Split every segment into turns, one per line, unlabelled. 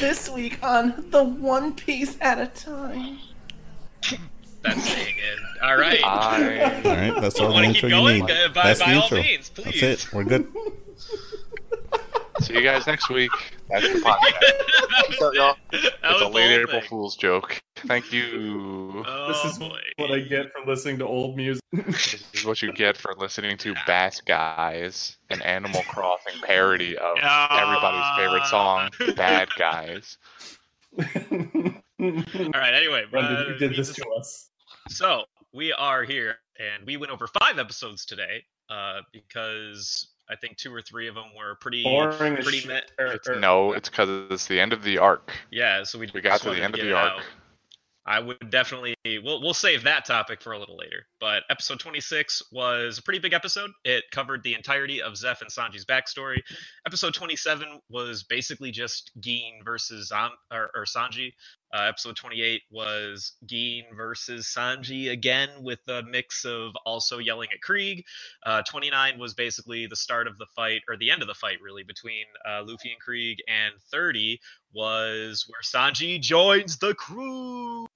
this week on The One Piece at a Time.
That's saying it. All right.
I-
All right, that's all Ah, the
Wanna keep
intro you
going?
need.
Uh, by-
that's
by
the
all
intro.
means, please.
That's it. We're good.
See you guys next week. That's the podcast.
that was,
So, y'all,
it. That
It's
was
a
the
late
whole
April
thing.
Fool's joke. Thank you.
Oh,
This is
boy.
what I get for listening to old music.
This is what you get for listening to Bass Guys, an Animal Crossing parody of everybody's favorite song, Bad Guys.
Brendan,
All right. Anyway, uh,
you did this
Jesus-
to us.
So we are here, and we went over five episodes today uh, because I think two or three of them were pretty
Boring as
pretty.
shit.
met-
Or-
it's-
or-
No, it's because it's the end of the arc.
yeah, so we,
We got
just
to the
wanted
end of
get
the
it
arc.
out. I would definitely we'll we'll save that topic for a little later. But episode 26 was a pretty big episode. It covered the entirety of Zeph and Sanji's backstory. Episode 27 was basically just Geen versus Zom or, or Sanji. Uh, episode 28 was Geen versus Sanji again with a mix of also yelling at Krieg. Uh, 29 was basically the start of the fight or the end of the fight really between uh, Luffy and Krieg, and 30 was where Sanji joins the crew.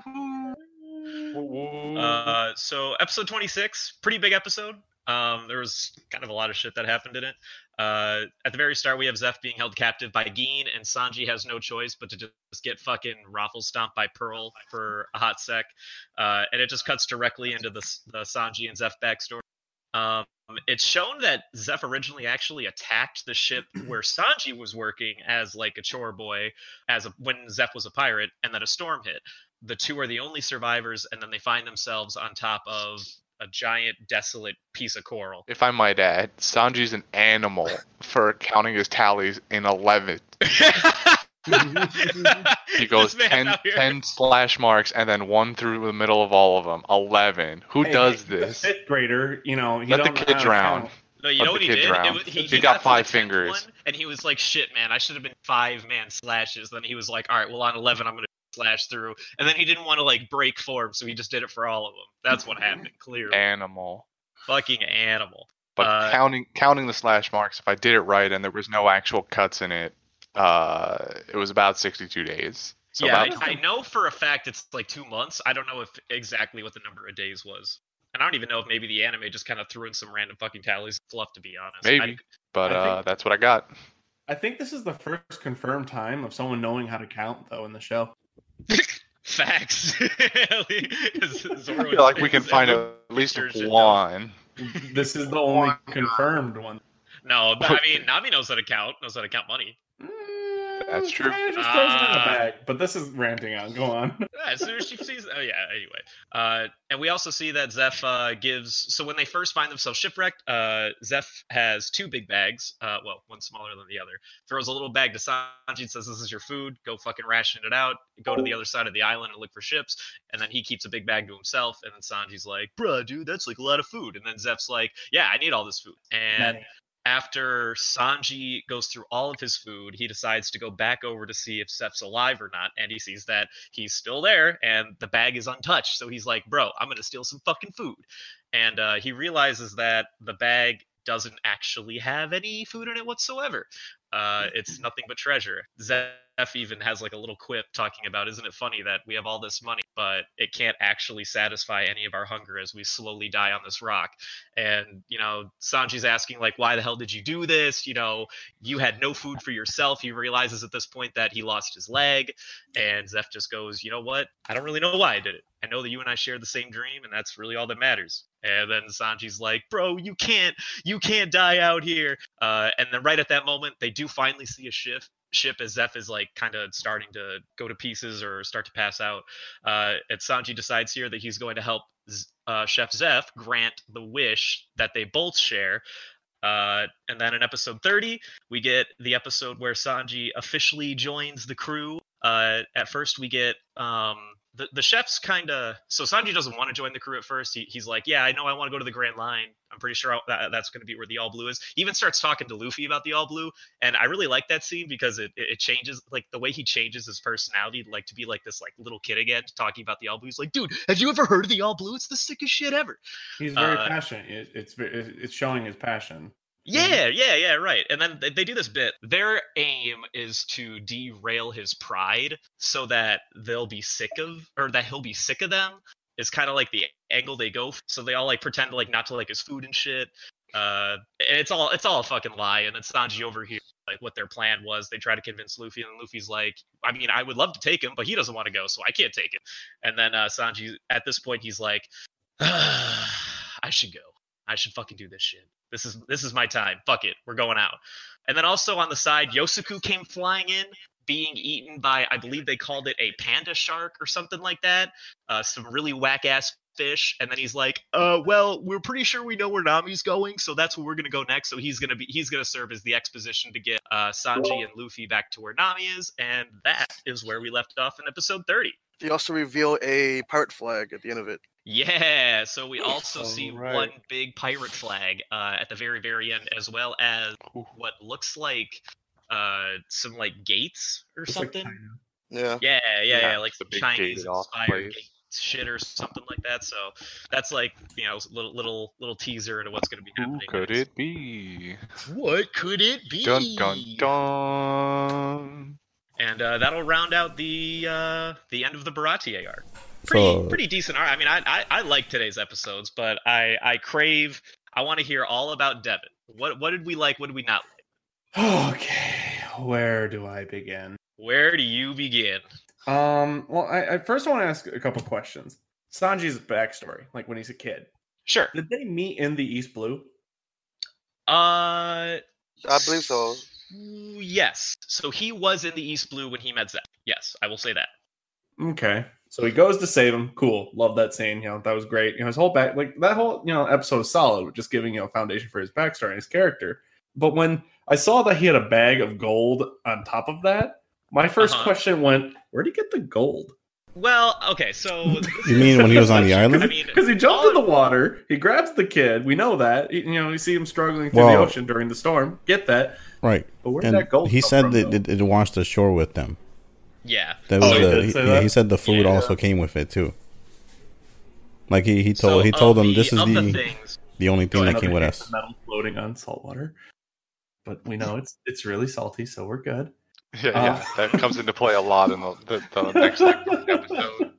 Uh, so episode 26, pretty big episode. Um, there was kind of a lot of shit that happened in it. Uh, at the very start, we have Zeph being held captive by Geen, and Sanji has no choice but to just get fucking raffle stomped by Pearl for a hot sec. Uh, and it just cuts directly into the, s- the Sanji and Zeph backstory. Um, it's shown that Zeph originally actually attacked the ship where Sanji was working as like a chore boy, as a, when Zeph was a pirate, and then a storm hit. The two are the only survivors, and then they find themselves on top of a giant, desolate piece of coral.
If I might add, Sanji's an animal for counting his tallies in 11. He goes 10, 10 slash marks and then one through the middle of all of them. 11. Who
Hey,
does
the
this?
Fifth grader, you know, he
Let the
don't know
kid
how to
drown.
count.
No, you
Let
know
the
what he
kid
did? It
drown.
was- he,
He got
to the
five
10th
fingers.
one, and he was like, "Shit, man, I should have been five man slashes." Then he was like, "All right, well, on eleven, I'm gonna slash through." And then he didn't want to like break form, so he just did it for all of them. That's what happened. Clearly,
Animal.
fucking animal.
But
Uh,
counting counting the slash marks, if I did it right and there was no actual cuts in it, uh, it was about 62 days. So
yeah,
about,
I, I know for a fact it's like two months. I don't know if exactly what the number of days was, and I don't even know if maybe the anime just kind of threw in some random fucking tallies and fluff. To be honest, I-
maybe. but
I
uh,
think-
that's what I got.
I think this is the first confirmed time of someone knowing how to count, though, in the show.
facts.
I feel like we can find
a
at least
Yours is-
one.
This is the
Oh
only confirmed one.
No, but I mean Nami knows how to count. Knows how to count money.
That's true.
Kinda just throws Mm, it in a
Ah.
bag, but this is ranting on. Go on.
Yeah, as soon as she sees, oh yeah. Anyway, uh, and we also see that Zeph uh, gives. So when they first find themselves shipwrecked, uh, Zeph has two big bags. Uh, well, one smaller than the other. Throws a little bag to Sanji and says, "This is your food. Go fucking ration it out. Go to the other side of the island and look for ships." And then he keeps a big bag to himself. And then Sanji's like, "Bruh, dude, that's like a lot of food." And then Zeph's like, "Yeah, I need all this food." And after Sanji goes through all of his food, he decides to go back over to see if Seth's alive or not, and he sees that he's still there and the bag is untouched. So he's like, "Bro, I'm gonna steal some fucking food," and uh, he realizes that the bag doesn't actually have any food in it whatsoever. Uh, it's nothing but treasure. Zeph even has like a little quip talking about, "Isn't it funny that we have all this money, but it can't actually satisfy any of our hunger as we slowly die on this rock?" and you know sanji's asking like why the hell did you do this you know you had no food for yourself he realizes at this point that he lost his leg and zeph just goes you know what i don't really know why i did it i know that you and i shared the same dream and that's really all that matters and then sanji's like bro you can't you can't die out here uh, and then right at that moment they do finally see a shift ship as zeph is like kind of starting to go to pieces or start to pass out uh, and Sanji decides here that he's going to help Z- uh, Chef Zeph grant the wish that they both share. Uh, and then in episode 30, we get the episode where Sanji officially joins the crew. Uh, at first, we get um, the the chef's kind of so Sanji doesn't want to join the crew at first. He, he's like, "Yeah, I know I want to go to the Grand Line. I'm pretty sure I, that, that's going to be where the All Blue is." He even starts talking to Luffy about the All Blue, and I really like that scene because it, it it changes like the way he changes his personality, like to be like this like little kid again, talking about the All Blue. He's like, "Dude, have you ever heard of the All Blue? It's the sickest shit ever."
He's very
Uh,
passionate. It, it's ve- it- it's showing his passion.
Yeah, yeah, yeah, right. And then they, they do this bit. Their aim is to derail his pride so that they'll be sick of, or that he'll be sick of them. Is kind of like the angle they go. f- So they all like pretend like not to like his food and shit. Uh, and it's all it's all a fucking lie. And then Sanji over here, like what their plan was. They try to convince Luffy, and Luffy's like, I mean, I would love to take him, but he doesn't want to go, so I can't take him. And then uh, Sanji, at this point, he's like, I should go. I should fucking do this shit. This is this is my time. Fuck it. We're going out. And then also on the side, Yosuku came flying in, being eaten by I believe they called it a panda shark or something like that. Uh, some really whack ass fish. And then he's like, "Uh, well, we're pretty sure we know where Nami's going, so that's where we're gonna go next." So he's gonna be he's gonna serve as the exposition to get uh, Sanji and Luffy back to where Nami is, and that is where we left off in episode thirty.
They also reveal a pirate flag at the end of it.
Yeah, so we also see
Alright.
one big pirate flag uh, at the very, very end, as well as what looks like uh, some like gates or
It's like
something.
China.
Yeah.
yeah, yeah,
Yeah,
yeah, like
the
some
big
Chinese
gated off
inspired
place.
gate shit or something like that. So that's like you know little little little teaser into what's going to be
Who
happening.
could
next.
it be?
What could it be?
Dun dun dun.
And uh, that'll round out the uh, the end of the Baratier arc. Pretty
So-
pretty decent arc. I mean, I, I I like today's episodes, but I I crave. I want to hear all about Devin. What what did we like? What did we not like?
Okay, where do I begin?
Where do you begin?
Um, well, I, I first want to ask a couple questions. Sanji's backstory, like when he's a kid,
Sure.
did they meet in the East Blue?
Uh,
I believe so.
yes. So he was in the East Blue when he met Zeph. Yes, I will say that.
Okay, so he goes to save him. Cool, love that scene. You know, that was great. You know, his whole back, like that whole you know episode is solid, with just giving you know, a foundation for his backstory and his character. But when I saw that he had a bag of gold on top of that, my 1st
Uh-huh.
question went, "Where'd he get the gold?"
Well, okay. So this
You mean
is-
when he was on the
I
island?
mean,
Because he jumped
all-
in the water, he grabs the kid. We know that. He- you know, you see him struggling through the
Wow.
ocean during the storm. Get that.
Right.
But where did
And
that gold?
he
come
said
from,
that
though?
it, it washed ashore with them.
Yeah.
That was
Oh, he
the,
did
he,
say
yeah,
that?
he said the food
Yeah.
also came with it too. Like he, he told
So
he
uh,
told
of
them
the-
this is
of
the
the things.
the only thing that
Another
came with
piece of
us.
Metal floating on salt water. But we know it's it's really salty, so we're good.
Yeah, yeah,
Uh.
that comes into play a lot in the, the, the next episode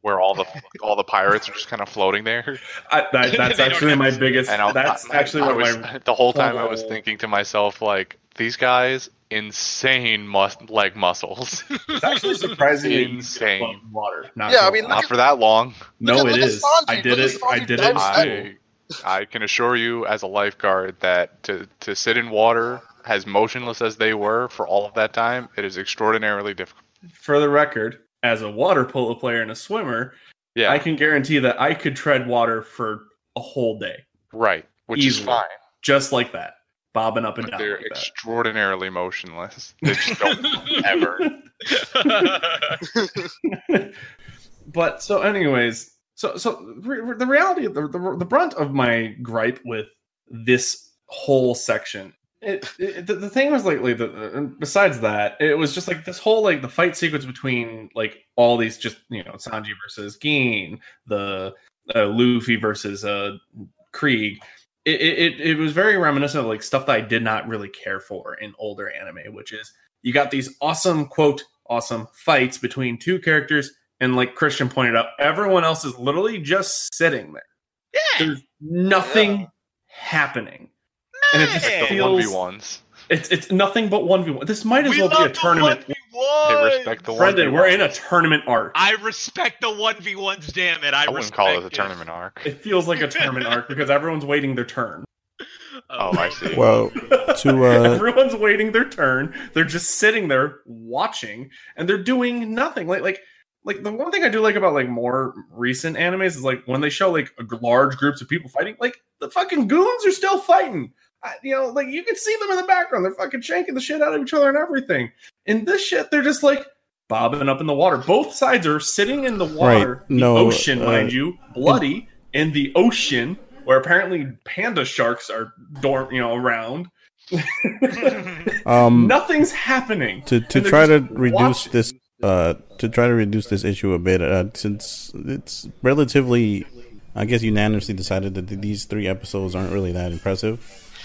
where all the all the pirates are just kind of floating there.
I, that,
They
that's
don't
actually
have
my
to-
biggest.
And I'll,
that's
I-
actually
I
what
was,
my.
the whole time I was
Oh.
thinking to myself like these guys insane mus- leg muscles.
It's actually surprising. that you
Insane.
float in Water. Not
Yeah,
gonna
I mean,
lie.
Not for that long.
no,
look at-
it
look at
is.
Sanji,
I did
look at
it. I
Sanji
did it. in
dives
school.
I I can assure you as a lifeguard that to to sit in water as motionless as they were for all of that time, it is extraordinarily difficult.
For the record, as a water polo player and a swimmer,
Yeah,
I can guarantee that I could tread water for a whole day,
right, which
Easily.
is fine.
just like that, bobbing up and
But
down.
they're
like that.
extraordinarily motionless. They just don't ever.
but so anyways so so re- re- the reality the, the, the brunt of my gripe with this whole section it, it the, the thing was like, like the, uh, besides that it was just like this whole like the fight sequence between like all these just you know sanji versus Geen, the uh, luffy versus uh krieg it, it it- it was very reminiscent of like stuff that i did not really care for in older anime which is you got these awesome quote awesome fights between two characters and like christian pointed out everyone else is literally just sitting there
yeah.
there's nothing
Yeah.
happening and it just
Yeah.
The
feels
one v ones.
it's it's nothing but 1v1 this might as well be a tournament
They respect the one.
brendan we're in a tournament arc
I respect the 1v1s, damn it. I,
I wouldn't
respect
call it a tournament arc.
it feels like a tournament arc because everyone's waiting their turn
Oh, I see.
Well, to uh,
everyone's waiting their turn they're just sitting there watching and they're doing nothing like like like the one thing i do like about like more recent animes is like when they show like a g- large groups of people fighting like the fucking goons are still fighting I, you know like you can see them in the background they're fucking shanking the shit out of each other and everything in this shit they're just like bobbing up in the water both sides are sitting in the water
Right, no,
the ocean
uh,
mind you bloody in the ocean where apparently panda sharks are dorm you know around
um
Nothing's happening.
to to
And they're
try to
just
reduce
watching.
this uh to try to reduce this issue a bit uh, since it's relatively I guess unanimously decided that th- these three episodes aren't really that impressive.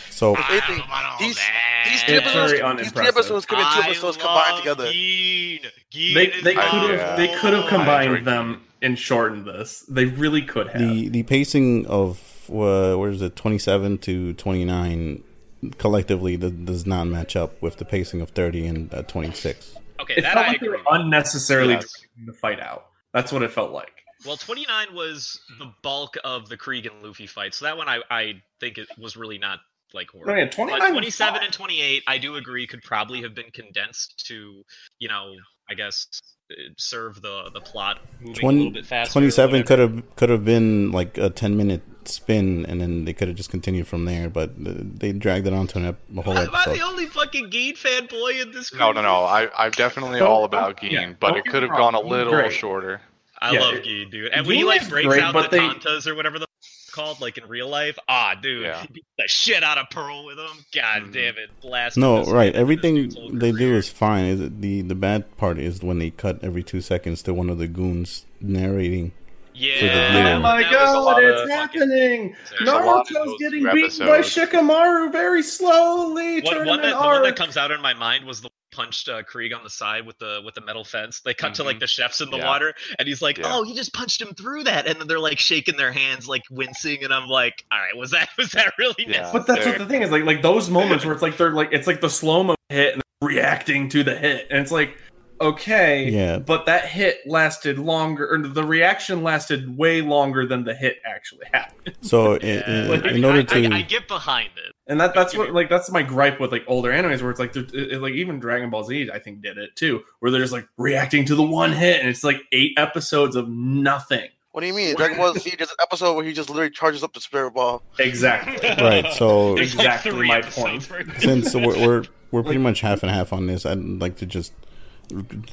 So
If
I
anything,
don't want all
these-
that.
These three
It's
episodes,
very
these three episodes could have been two
I
episodes
love
combined together.
Gene. Gene
They
is
they could
my
have
Yeah.
they could have
boy.
I
combined
enjoy-
them and shortened this. They really could have.
the the pacing of uh, where is it twenty seven to twenty nine collectively th- does not match up with the pacing of thirty and uh, twenty six.
Okay,
it
that
felt
I
like they
agree.
were unnecessarily
Yes.
dragging the fight out. That's what it felt like.
Well, 29 was the bulk of the Krieg and Luffy fight, so that one I, I think it was really not like horrible.
I mean,
But
29
27 and 28, I do agree, could probably have been condensed to, you know, I guess uh, serve the the plot moving a little bit faster. or
27
whatever.
could have could have been like a 10 minute spin and then they could have just continued from there but uh, they dragged it on to an ep- a whole
Am I the
episode
only fucking Gein fanboy in this group?
No, no, no. I, I'm definitely
Don't-
all about Gene,
don't- yeah,
but
don't
it
get
could have
me
gone a
wrong,
little
great.
shorter.
I
Yeah,
love
it-
Gee, dude. And
Gee
when he like
is
breaks
great,
out
but
the
they-
tantas or whatever the f- called, like in real life, ah, dude,
Yeah.
he beat the shit out of Pearl with him. God
Mhm.
damn it, blast.
no
this-
right
this
everything
dude's whole
they do
career.
is fine Is it- the the bad part is when they cut every two seconds to one of the goons narrating the
yeah.
Oh
my
that was a lot
god,
of
it's
fucking-
happening!
There's
a lot of
Naruto's
those
getting
two
beaten by
episodes.
Shikamaru very slowly.
One, one
tournament
that, the one that
arc.
comes out in my mind was the punched uh, Krieg on the side with the with the metal fence. They cut to like
Mhm.
the chefs in the
Yeah.
water, and he's like,
Yeah.
"Oh, he just punched him through that," and then they're like shaking their hands, like wincing, and I'm like, "All right, was that was that really
Yeah.
necessary?"
But that's what the thing is like like those moments where it's like they're like it's like the slow mo hit and they're reacting to the hit and it's like okay
Yeah.
but that hit lasted longer or the reaction lasted way longer than the hit actually happened
so i- i-
Yeah.
Like,
I
in
mean,
order
I-
to
I, I get behind it.
and that that's what like that's my gripe with like older animes where it's like they're, it- it- like even Dragon Ball Z I think did it too where they're just like reacting to the one hit and it's like eight episodes of nothing
What do you mean? Dragon Ball Z there's an episode where he just literally charges up the spirit ball.
exactly
right so
There's like
Exactly
three
my
episodes worth.
since we're we're, we're pretty much half and half on this, I'd like to just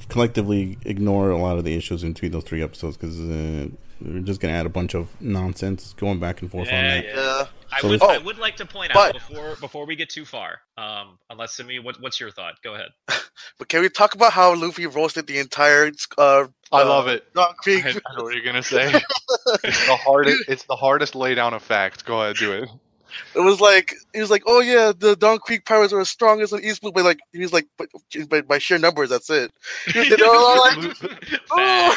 collectively ignore a lot of the issues in between those three episodes because uh, we're just gonna add a bunch of nonsense going back and forth on
Yeah,
that.
yeah.
Yeah.
I
So
would,
this-
I would like to point out
But-
before before we get too far, um, unless Simi, what, what's your thought? Go ahead.
But can we talk about how Luffy roasted the entire uh
I
Uh,
love it.
Don
I,
Krieg?
I know what you're gonna say. it's the hardest. It's the hardest lay down of facts. Go ahead, do it.
It was like he was like, oh yeah, the Don Creek pirates are the strongest in East Blue, but like he was like, but by, by sheer numbers, that's it. He was- they were all like,
Facts.
oh,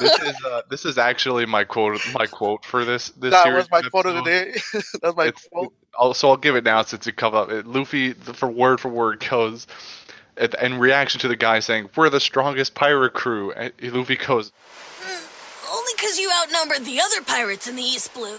This is uh, this is actually my quote. My quote for this. this
that
series
was my quote of the
episode.
day. That's my
It's-
quote.
I'll, so I'll give it now since it come up. It, Luffy, th- for word for word, goes at- in reaction to the guy saying, "We're the strongest pirate crew." And Luffy goes,
Only because you outnumbered the other pirates in the East Blue.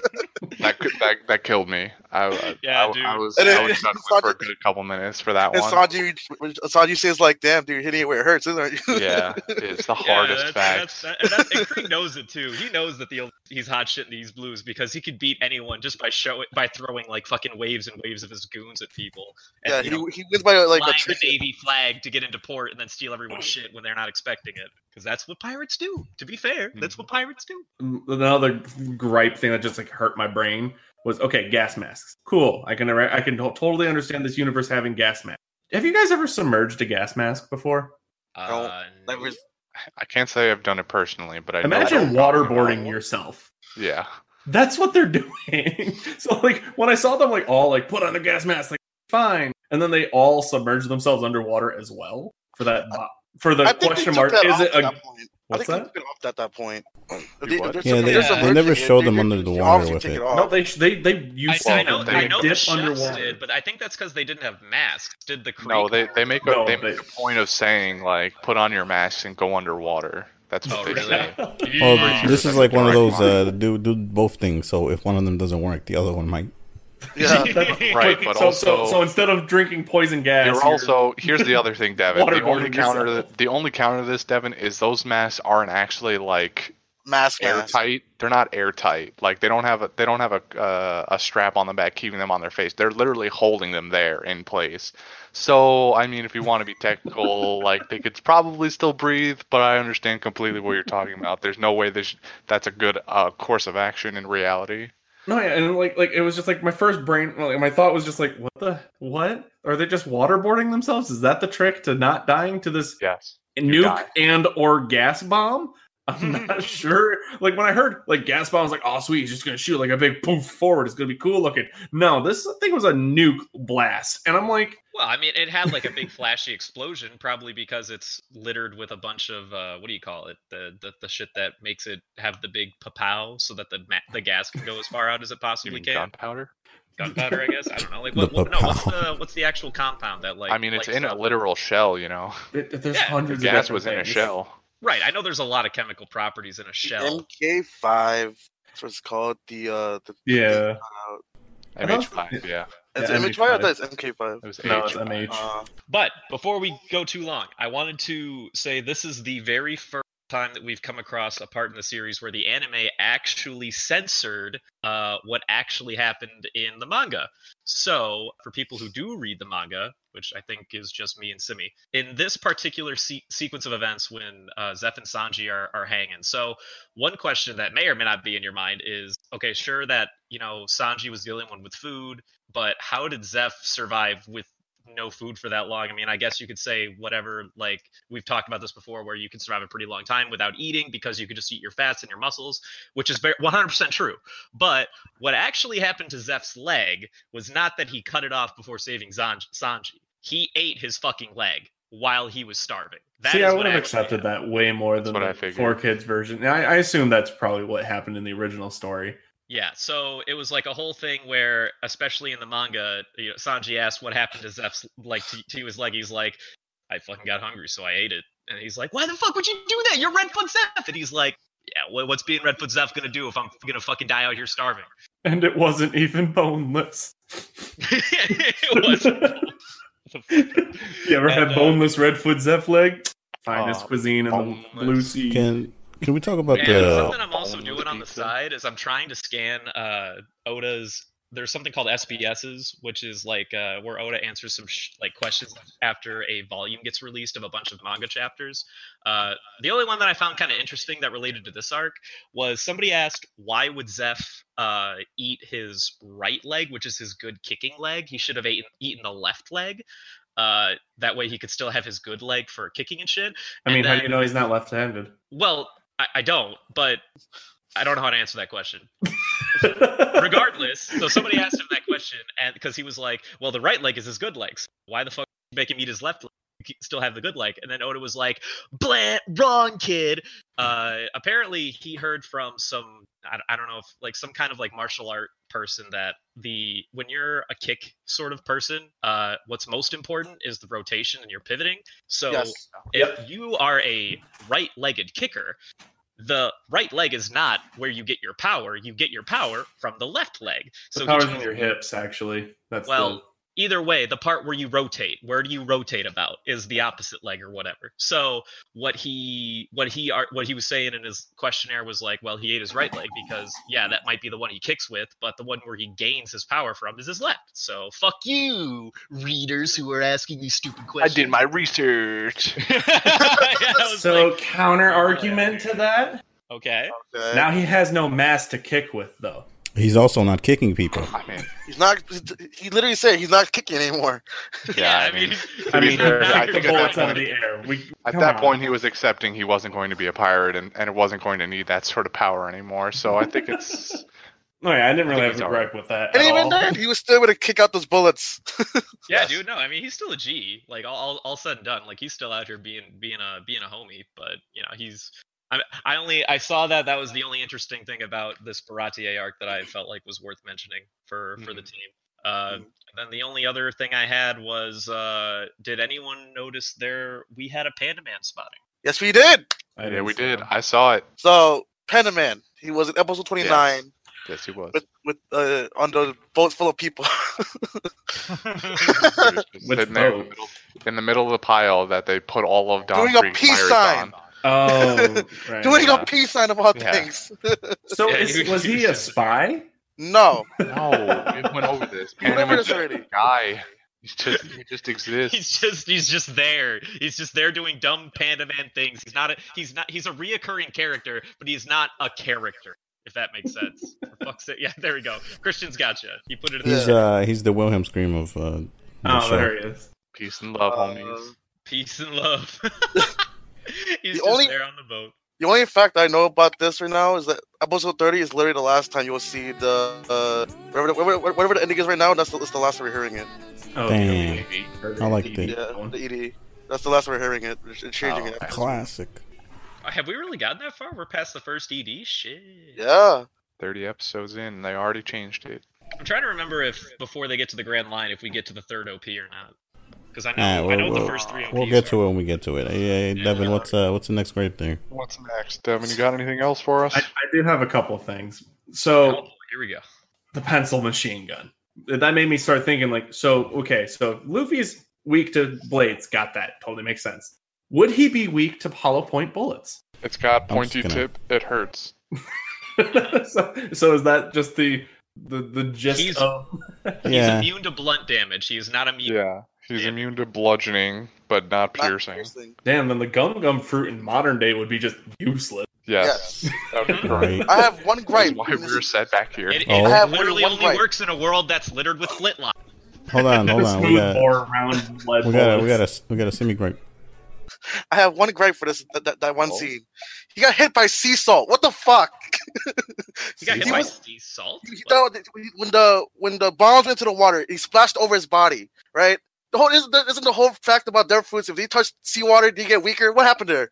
"That could- that, that killed me." I, I-
Yeah,
I,
dude.
I was
And
I
it-
was stuck
Sanji-
for a good couple minutes for that
And
one.
Sanji, Sanji says like, damn, dude, you're hitting it where it hurts, isn't it?
yeah, it's the
Yeah,
hardest fact.
that's- that's- that- and that- and Creed knows it too. He knows that the he's hot shit in these blues because he could beat anyone just by show by throwing like fucking waves and waves of his goons at people. And,
yeah.
you
He,
know,
he wins by like a
flying the
trick.
navy flag to get into port and then steal everyone's shit when they're not expecting it because that's what pirates do. To be fair,
Hmm.
that's what pirates do.
another gripe thing that just like hurt my brain was okay gas masks cool i can I can to- totally understand this universe having gas masks have you guys ever submerged a gas mask before
Oh,
Uh,
That was-
I can't say I've done it personally, but I know
imagine
what I'm talking
waterboarding
about.
yourself
Yeah,
that's what they're doing so like when i saw them like all like put on the gas mask like fine and then they all submerge themselves underwater as well for that bo- for the
I think they
question mark
took that
is
off
it
at
a
that point. I
what's that
think they took it off at that point. Uh, If
You what?
if
Yeah,
if
they- they never
submerging
showed
it,
them
they-
under
they
the
obviously
water with
took
it.
off.
no they sh- they they you
I,
saw
I
them.
know,
they
I know the
dip
chefs
underwater
did, but I think that's because they didn't have masks. Did the Creed?
no, they they make a,
No,
they make
but-
a point of saying like, "Put on your mask and go underwater." That's what
Oh,
they
really?
say.
Well, this is like one of those
Right.
uh, do do both things. So if one of them doesn't work, the other one might.
Yeah.
Right, but
so, so,
also-
so instead of drinking poison gas,
You're also here's the other thing, Devin. the
Waterboarding
only counter
yourself.
the only counter to this, Devin, is those masks aren't actually like
Mask, mask.
airtight. They're not airtight. Like they don't have a they don't have a uh, a strap on the back keeping them on their face. They're literally holding them there in place. So I mean, if you want to be technical, like they could probably still breathe. But I understand completely what you're talking about. There's no way this that's a good uh, course of action in reality.
No, yeah, and like like it was just like my first brain, like, my thought was just like, what the what? Are they just waterboarding themselves? Is that the trick to not dying to this
Yes.
nuke
die.
and or gas bomb?
Mm-hmm,
I'm not sure. Like when I heard like gas bomb, I was like, "Oh, sweet, he's just gonna shoot like a big poof forward. It's gonna be cool looking." No, this thing was a nuke blast, and I'm like,
Well, I mean, it had like a big flashy explosion, probably because it's littered with a bunch of uh, what do you call it? The, the the shit that makes it have the big papow, so that the ma- the gas can go as far out as it
You
possibly
mean
can.
gunpowder?
Gunpowder, I guess. I don't know. Like,
The
what, what, no, what's
papow.
the what's the actual compound that like?
I mean, it's
lights
in a
up?
literal shell, you know.
it, there's
Yeah,
The
hundreds of
gas
different
was in a
things.
shell.
Right. I know there's a lot of chemical properties in a shell.
MK5. That's what it's called. The uh, the
Yeah, I thought it was-
MH5, yeah.
It's
Yeah,
MH5. I
MH5.
thought it's MK5.
It was
no, it's
MH5.
MH.
Uh,
But before we go too long, I wanted to say this is the very first time that we've come across a part in the series where the anime actually censored uh, what actually happened in the manga. So, for people who do read the manga, which I think is just me and Simi, in this particular se- sequence of events when uh, Zeph and Sanji are, are hanging. So, one question that may or may not be in your mind is okay, sure that, you know, Sanji was the only one with food, but how did Zeph survive with no food for that long. I mean, I guess you could say whatever, like we've talked about this before, where you can survive a pretty long time without eating because you could just eat your fats and your muscles, which is ver- 100% true. But what actually happened to Zeph's leg was not that he cut it off before saving Zanj- Sanji, he ate his fucking leg while he was starving. That
See,
is
I
what
would have
actually
accepted that way more than
what I
the
figured.
four kids version. I, I assume that's probably what happened in the original story.
Yeah, so it was like a whole thing where, especially in the manga, you know, Sanji asked what happened to Zeph's like to, to his leg. He's like, "I fucking got hungry, so I ate it." And he's like, "Why the fuck would you do that? You're Redfoot Zeph." And he's like, "Yeah, wha- what's being Redfoot Zeph gonna do if I'm gonna fucking die out here starving?"
and it wasn't even boneless.
it was.
you ever had
And, uh,
boneless Redfoot Zeph leg? Finest
Oh,
cuisine in
boneless.
the blue sea.
Can can we talk about
And
the
something I'm also
Boneless
doing on the
pizza.
side is I'm trying to scan uh, Oda's. There's something called SBSs, which is like uh, where Oda answers some sh- like questions after a volume gets released of a bunch of manga chapters. Uh, the only one that I found kind of interesting that related to this arc was somebody asked why would Zeph uh, eat his right leg, which is his good kicking leg. He should have eaten eaten the left leg. Uh, that way he could still have his good leg for kicking and shit.
I mean,
and
how
then-
do you know he's not left-handed?
Well, I, I don't, but I don't know how to answer that question. Regardless, so somebody asked him that question, and because he was like, "Well, the right leg is his good legs. Why the fuck did you make him eat his left leg? You can still have the good leg." And then Oda was like, "Blah, wrong kid." Uh, apparently, he heard from some I, I don't know if like some kind of like martial art person that the when you're a kick sort of person, uh, what's most important is the rotation and your pivoting. So
yes.
if you are a right-legged kicker the right leg is not where you get your power you get your power from the left leg so
The
he
power's
chose-
in your hips, actually. That's
Well,
the-
either way the part where you rotate where do you rotate about is the opposite leg or whatever so what he what he ar- what he was saying in his questionnaire was like well he ate his right leg because yeah that might be the one he kicks with but the one where he gains his power from is his left so fuck you readers who are asking these stupid
I
questions
did my research.
Yeah, I was
so
like,
counter argument to that.
okay
Okay.
Now he has no mass to kick with, though.
he's also not kicking people.
I mean,
he's not. He literally said he's not kicking anymore.
yeah, I mean,
I
be
mean,
fair,
knock
I
the
think at that
bullets out of
point-
the air. We,
at
come
that
on.
point he was accepting he wasn't going to be a pirate and, and it wasn't going to need that sort of power anymore. So I think it's
Oh, yeah, I didn't really
I
have
think
a
he's
gripe with that.
And
at
even
all.
then, he was still able to kick out those bullets.
yeah,
Yes.
dude. No, I mean he's still a G. Like all, all all said and done, like he's still out here being being a being a homie. But you know he's. I, I only I saw that that was the only interesting thing about this Baratier arc that I felt like was worth mentioning for for the
Mhm.
team. Uh, and then the only other thing I had was uh, did anyone notice there we had a Panda Man spotting?
yes, we did.
I
yeah,
didn't
we
see
did.
him.
I saw it.
So Panaman, he was in episode twenty nine
Yes, he was.
with with uh, on the boat full of people.
He was just
With
sitting there in the,
both.
middle, in the middle of the pile that they put all of Don
Doing a
Creek's pirates
peace sign.
on.
Oh, right.
Doing
yeah.
a peace sign of all
Yeah.
things.
So
Yeah,
is,
you-
was
you
he a
said-
spy?
no,
No, we went over this.
We went over
Panaman's
this already.
a guy. He's just he just exists.
He's just he's just there. He's just there doing dumb panda man things. He's not a he's not he's a reoccurring character, but he's not a character. If that makes sense. For fuck's sake. Yeah, there we go. Christian's gotcha. He put it in
He's
the
uh he's the Wilhelm scream of uh the
Oh,
show.
there he is.
Peace and love,
Uh,
homies.
peace and love. he's
The
just
only-
there on the boat.
The only fact I know about this right now is that episode 30 is literally the last time you'll see the uh, whatever, the, whatever, whatever the ending is right now. That's the, that's the last time we're hearing it.
Oh,
Damn.
okay.
I like the-
Yeah, the ED. That's the last time we're hearing it. They're changing
Oh,
it.
Classic.
Uh, Have we really gotten that far? We're past the first ED. Shit.
Yeah,
30 episodes in, and they already changed it.
I'm trying to remember if before they get to the grand line, if we get to the third OP or not. Because I know,
Ah,
I
we'll-
know the
we'll-
first three OPs.
We'll get to
are-
it when we get to it. Hey, hey, Devin, what's uh, what's the next grape there?
What's next? Devin, you got anything else for us?
I, I do have a couple of things.
Oh,
So
boy, here we go.
the pencil machine gun. That made me start thinking like, so okay, so Luffy's weak to blades. Got that? Totally makes sense. Would he be weak to hollow point bullets?
It's got
I'm just
pointy
gonna-
tip. It hurts.
so, so is that just the the the gist
He's-
of?
He's
Yeah,
immune to blunt damage. He is not immune.
Yeah. He's
Yeah.
immune to bludgeoning, but not
not
piercing.
Damn, then the gum gum fruit in modern day would be just useless.
Yes.
Yes.
That would be correct.
right.
I have one
That's
gripe.
why
in
we
this-
were set back here.
It, it
Oh. I
have
literally
one
only
right.
works in a world that's littered with flintlock.
Hold on, hold on. We
Smooth
got
bore round lead
we got a, we
bullets.
got a we got a semi grape.
I have one gripe for this that, that, that one
Oh.
scene. He got hit by sea salt. What the fuck?
He got hit
He
by
was-
sea salt.
He-
What?
no, th- when the when the bombs went into the water, he splashed over his body. Right. The whole isn't the, isn't the whole fact about their foods? If they touch seawater, do you get weaker? What happened there?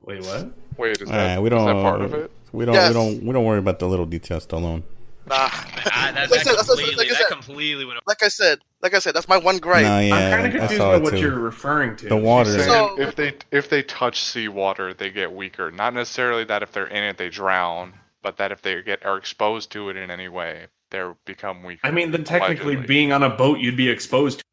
Wait, what?
Wait, is
All
that,
right, we
is that
don't
part of it?
we don't
Yes.
we don't we don't worry about the little details alone.
Nah.
Ah, that,
Like I
that,
said, that's what-
completely,
like I
that
said.
completely went over.
Like I said, like I said, that's my one gripe.
No, yeah,
I'm kind of
I
confused
saw
by
it
what
too.
you're referring to.
The water.
Saying
So-
if they if they touch seawater, they get weaker. Not necessarily that if they're in it they drown, but that if they get are exposed to it in any way, they become weaker.
I mean, then technically,
Allegedly.
being on a boat, you'd be exposed. to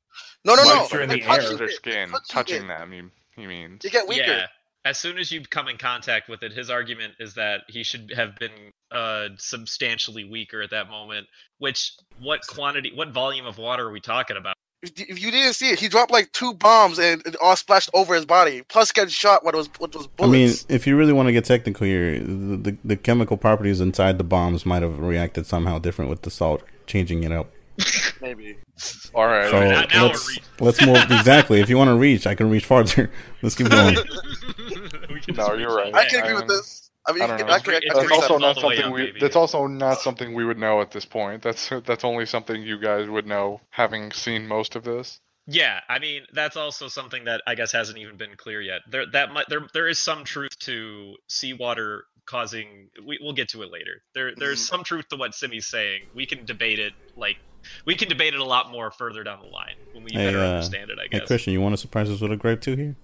No, no, no.
Moisture in
They
the
touch
air.
you,
their
they
skin,
touch you,
touching
they-
them. You you mean
You get weaker.
Yeah. As soon as you come in contact with it, his argument is that he should have been uh, substantially weaker at that moment. Which, what quantity, what volume of water are we talking about?
If, if you didn't see it, he dropped like two bombs and it all splashed over his body. Plus, getting shot with those with those
I mean,
bullets.
if you really want to get technical here, the, the the chemical properties inside the bombs might have reacted somehow different with the salt changing it up.
maybe.
all right.
So
now- now we're
let's
reaching.
let's move exactly. If you want to reach, I can reach farther. Let's keep going.
We can
No,
just
you're
reach
right.
out.
I can agree with this. I mean,
I
you
don't
can-
know.
I can, I can,
It's
That's
agree with
also
that.
all
not
the way
something
up,
we.
baby.
That's also not something we would know at this point. That's that's only something you guys would know, having seen most of this.
Yeah, I mean that's also something that I guess hasn't even been clear yet. There that might there there is some truth to seawater causing. We, we'll get to it later. There there's
Mhm.
Mm-hmm.
some truth to what Simi's saying. We can debate it like we can debate it a lot more further down the line when we
Hey,
better
uh,
understand it. I
Hey
guess.
Christian, you want to surprise us with a grape too here?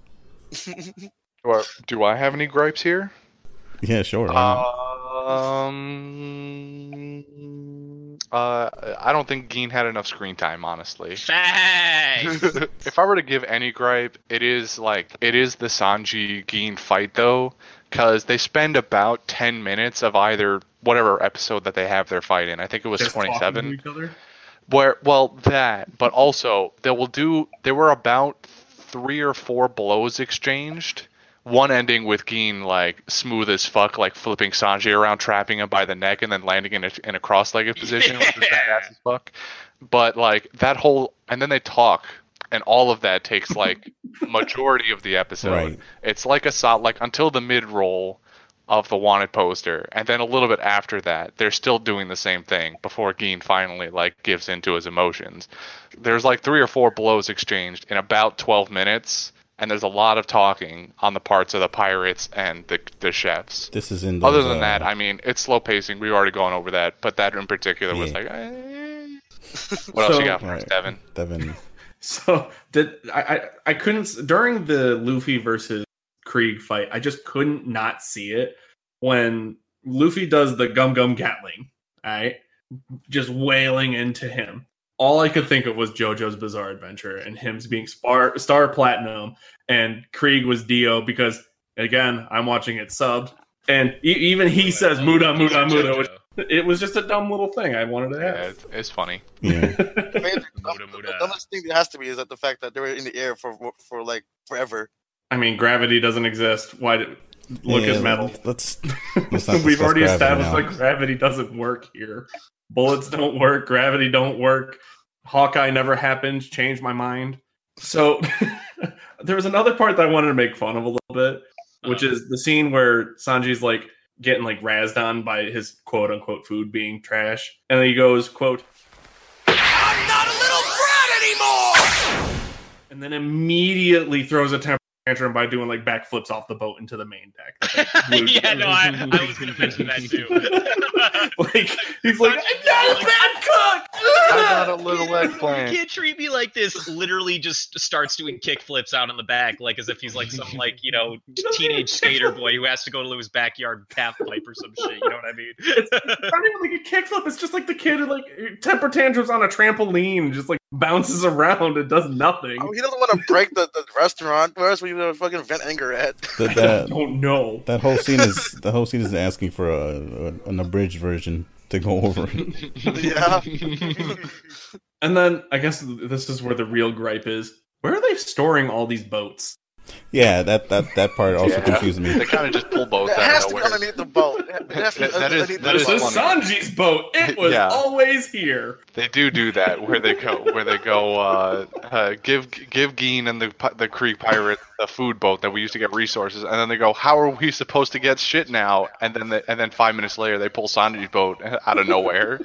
What, do I have any gripes here?
Yeah, sure. why
Uh,
not?
Um, uh, I don't think Gene had enough screen time, honestly.
Facts!
if I were to give any gripe, it is like it is the Sanji Gene fight though, because they spend about ten minutes of either whatever episode that they have their fight in. I think it was
just talking to
twenty-seven.
each other.
Where well that, but also they will do. There were about three or four blows exchanged. One ending with Geen like smooth as fuck, like flipping Sanji around, trapping him by the neck, and then landing in a in a cross-legged position, which was
Yeah.
badass as fuck. But like that whole, and then they talk, and all of that takes like majority of the episode.
Right.
It's like a solid, like until the mid roll of the wanted poster, and then a little bit after that, they're still doing the same thing before Geen finally like gives into his emotions. There's like three or four blows exchanged in about 12 minutes, and there's a lot of talking on the parts of the pirates and the the chefs.
This is in.
Other
those,
than
uh,
that, I mean, it's slow pacing. We've already gone over that, but that in particular was
Yeah.
like. eh. What else
So-
you got for us,
Right.
Devin?
Devin.
So did I, I? I couldn't s- during the Luffy versus Krieg fight. I just couldn't not see it when Luffy does the gum gum Gatling. All right, just wailing into him. All I could think of was JoJo's Bizarre Adventure and him being star, star platinum, and Krieg was Dio because again I'm watching it subbed, and e- even he says Muda Muda Muda. Which, it was just a dumb little thing I wanted to
Yeah,
have.
it's, it's funny.
Yeah.
The main thing-
Muda, muda.
the dumbest thing that has to be is that the fact that they were in the air for for like forever.
I mean, gravity doesn't exist. Why did, look
yeah,
at metal?
Let's. Let's not
We've
discuss
already
gravity
established
now.
that gravity doesn't work here. Bullets don't work. Gravity don't work. Hawkeye never happened. Changed my mind. So there was another part that I wanted to make fun of a little bit. which is the scene where Sanji's like getting like razzed on by his quote unquote food being trash, and then he goes quote,
I'm not a little brat anymore!
and then immediately throws a temper tantrum by doing like backflips off the boat into the main deck.
yeah, no, I, I was going to mention that too.
like he's like, I'm not a bad cook.
I got a little
You
eggplant.
can't treat me like this. Literally, just starts doing kick flips out on the back, like as if he's like some like you know teenage skater boy who has to go to his backyard and half pipe or some shit. You know what I mean?
It's not even like a kickflip. It's just like the kid who like temper tantrums on a trampoline, just like bounces around and does nothing.
Oh, he doesn't want to break the, the restaurant. Where else would you fucking vent anger at?
That, that,
don't know.
that whole scene is the whole scene is asking for a, a an abridged version to go over.
yeah.
And then I guess this is where the real gripe is. Where are they storing all these boats?
yeah, that that that part also
Yeah.
confused me.
They kind of just pull both
It
out
has
of
to be
nowhere.
underneath the boat. It has to be
That- that is-
underneath
that
the
is
This
boat.
is
funny.
Sanji's boat. It was
Yeah.
always here.
They do do that where they go where they go uh, uh, give give Geen and the pi- the Creek pirate the food boat that we used to get resources, and then they go, "How are we supposed to get shit now?" And then they, and then five minutes later, they pull Sanji's boat out of nowhere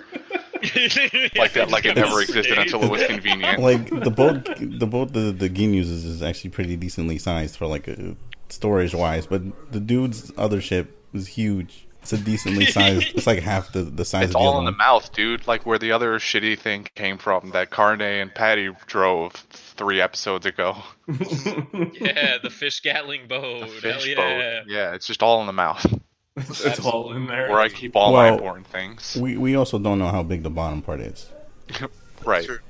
like that, like it never existed until it was convenient.
Like the boat, the boat the the Gin uses is actually pretty decently sized for like a, storage wise, but the dude's other ship is huge. It's a decently sized. It's like half the the size
It's
of the
all
other
in the
one.
mouth, dude. Like where the other shitty thing came from that Carne and Patty drove three episodes ago.
Yeah, the fish Gatling bow.
The
Hell
fish
yeah.
boat. Yeah, it's just all in the mouth.
It's, it's all in there.
Where I keep all my
Well-
important things.
We we also don't know how big the bottom part is.
Right.
Sure.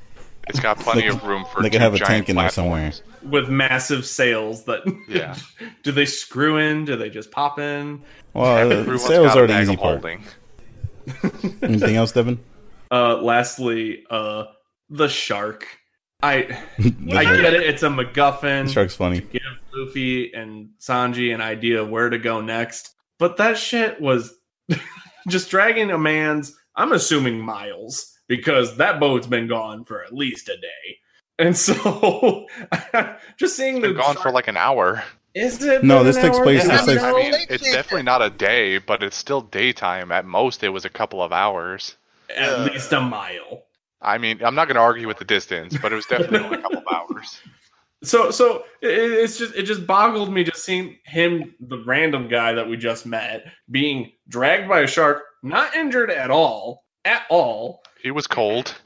It's got plenty
They-
of room for.
they
two
could have a
giant
tank in there somewhere.
platforms.
With massive sails that.
Yeah.
do they screw in? Do they just pop in?
Well, uh,
Everyone's
sales
got
are
a
the
bag
easy
of
part.
holding.
Anything else, Devin?
Uh, lastly, uh, the shark. I I
The
get it. It's a MacGuffin.
shark's funny.
give Luffy and Sanji an idea of where to go next. But that shit was just dragging a man's, I'm assuming miles, because that boat's been gone for at least a day. And so just seeing the
Been gone for like an hour.
is it
No,
been
this
an
takes
hour?
place-
It
this
has
takes-
I
no-
mean, it's definitely not a day, but it's still daytime. At most, it was a couple of hours.
at least a mile.
I mean, I'm not going to argue with the distance, but it was definitely only a couple of hours.
So so it, it- it's just it just boggled me just seeing him, the random guy that we just met, being dragged by a shark, not injured at all, at all,
He was cold.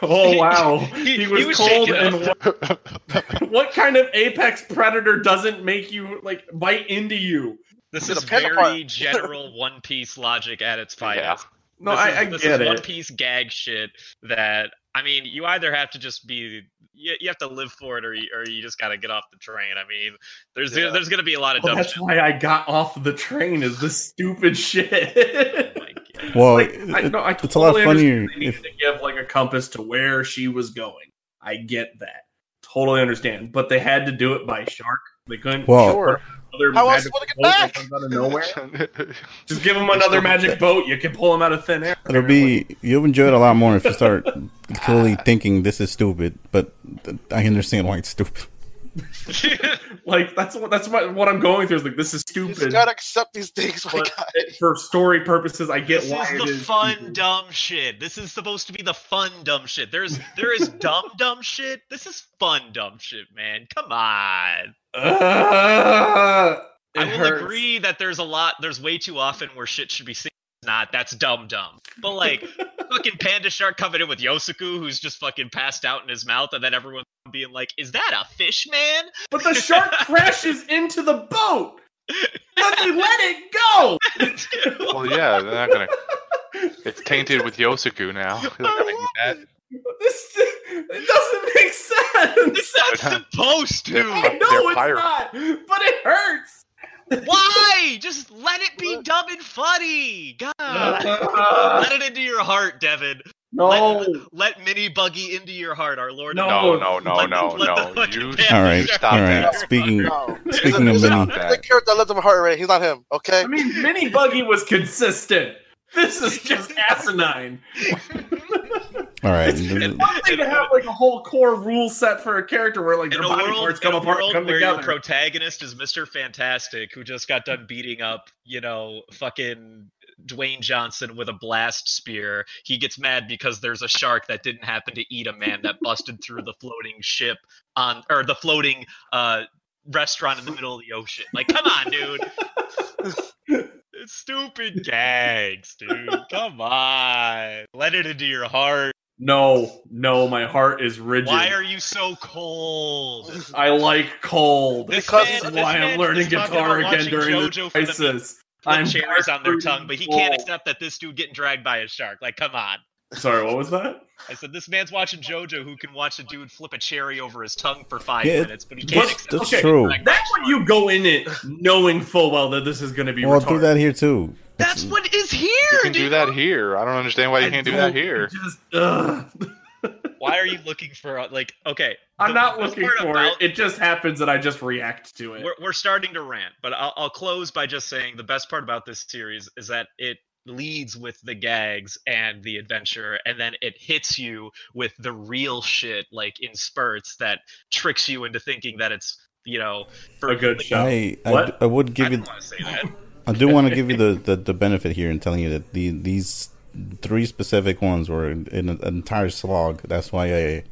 Oh wow, he,
He-
was,
he was
cold
shaken
and
up.
what, what kind of apex predator doesn't make you like bite into you?
This
It
is
depends
very
upon-
general One Piece logic at its
Yeah.
finest.
No,
This
I,
is-
I
this is
get it.
One Piece gag shit that I mean, you either have to just be you, you have to live for it, or you, or you just got to get off the train. I mean, there's
Yeah.
there's gonna be a lot of
Well,
dumb
that's
shit.
why I got off the train is this stupid shit.
Like, yeah.
Well,
like, I,
it-
no, I
it's a lot
totally
funnier
understand They needed
if
to give like a compass to where she was going. I get that. Totally understand, but they had to do it by shark. They couldn't.
Well-
sure. Other
How else
magic
would it get
boat that
back?
comes Out of nowhere. Just give them another magic boat. You can pull them out of thin air.
it'll be you'll enjoy it a lot more if you start clearly thinking this is stupid. But th- I understand why it's stupid.
like that's what that's what, what I'm going through. Is like this is
You
stupid.
just gotta accept these things. My
But
God.
it- for story purposes, I get
This
why
is
it
the
is
fun
stupid.
dumb shit. This is supposed to be the fun dumb shit. There's there is dumb dumb shit. This is fun dumb shit, man. Come on.
Ah, it
I will
hurts.
agree that there's a lot. There's way too often where shit should be seen. It's Not that's dumb dumb. But like fucking panda shark coming in with Yosaku, who's just fucking passed out in his mouth, and then everyone being like, "Is that a fish, man?"
But the shark crashes into the boat. Let me let it go.
well, yeah, they're not going to. It's tainted with Yosaku now. They're not gonna eat that.
This it doesn't make sense.
It's not supposed
I
to.
know
They're
it's
pirate-
not, but it hurts.
Why? Just let it be dumb and funny. God,
Ah,
let it into your heart, Devin.
no,
Let, let mini buggy into your heart, our Lord.
No.
No, no, no,
Let-
no,
let the
no.
fucking
You
panda
All right,
shark-
Stop
all right.
that.
Speaking
No.
speaking of
He's
mini,
Stop
the
that.
character that lives in my heart rate. He's not him. Okay.
I mean Mini Buggy was consistent. This is just asinine.
All right.
It's one thing to have like a whole core rule set for a character where like
In
their
a
body
world,
parts come
in a
apart,
world
come
where
together.
your protagonist is Mr. Fantastic, who just got done beating up, you know, fucking Dwayne Johnson with a blast spear, he gets mad because there's a shark that didn't happen to eat a man that busted through the floating ship on or the floating uh restaurant in the middle of the ocean. Like, come on, dude. It's stupid gags, dude. Come on. Let it into your heart.
no, no, my heart is rigid.
Why are you so cold?
I like cold.
This
This
man-
is
this
why
man
I'm learning
is talking
guitar
about
again
watching
during
JoJo
the
for the
crisis.
i cherries on their
heart
tongue, but he can't
cold.
accept that this dude getting dragged by a shark. Like, come on.
Sorry, what was that?
I said this man's watching JoJo, who can watch a dude flip a cherry over his tongue for five
Yeah,
minutes, but he can't
That's,
accept.
that's
Okay,
true.
like-
That one you go in it knowing full well that this is going to be.
Well, I'll
retarded.
do that here too.
That's what is here,
You can do
dude.
that here. I don't understand why you
I
can't do
don't-
that here.
Just, ugh.
Why are you looking for uh, like? Okay,
I'm
the
not
best
looking
part
for
about-
it. It just happens and I just react to it.
We're, we're starting to rant, but I'll, I'll close by just saying the best part about this series is that it leads with the gags and the adventure, and then it hits you with the real shit, like in spurts that tricks you into thinking that it's you know for
A good
like,
show.
I, I,
What?
I would
I
give you
don't want to say that.
I do want to give you the, the, the benefit here in telling you that the, these three specific ones were in, in an entire slog. That's why I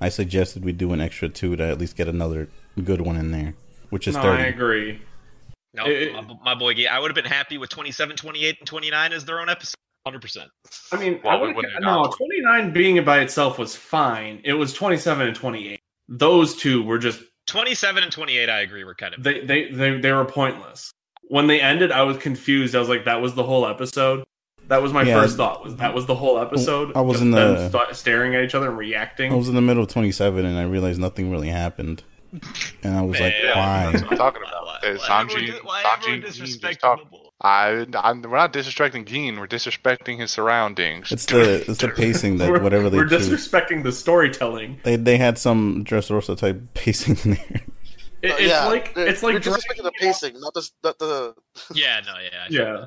I suggested we do an extra two to at least get another good one in there, which is
no, I
30.
agree.
No,
It-
my, my boy, Gee, I would have been happy with 27, 28, and 29 as their own episode. 100%.
I mean,
Well,
I
we
would've-
wouldn't have
no,
gotten to
29 being it by itself was fine. It was 27 and 28. Those two were just
27 and 28, I agree, were kind of.
they they they, they were pointless. When they ended, I was confused. I was like, that was the whole episode. That was my
Yeah. Oh,
first thought. Was that was the whole episode?
I was
Just
in the-
them sta- staring at each other and reacting.
I was in the middle of 27 and I realized nothing really happened. And I was like,
Yeah,
That's
why?
what I'm talking about. There's Sanji. Sanji Gein just talk- I, I'm, we're not disrespecting Gene. We're disrespecting his surroundings.
It's the it's the pacing that
We're-
whatever they
we're
choose.
disrespecting the storytelling.
They, they had some Dressrosa type pacing in there.
It-
Uh,
it's
yeah,
like
they're-
it's like
they're just looking at the
dragging-
pacing, not the not the.
Yeah, no, yeah.
Yeah,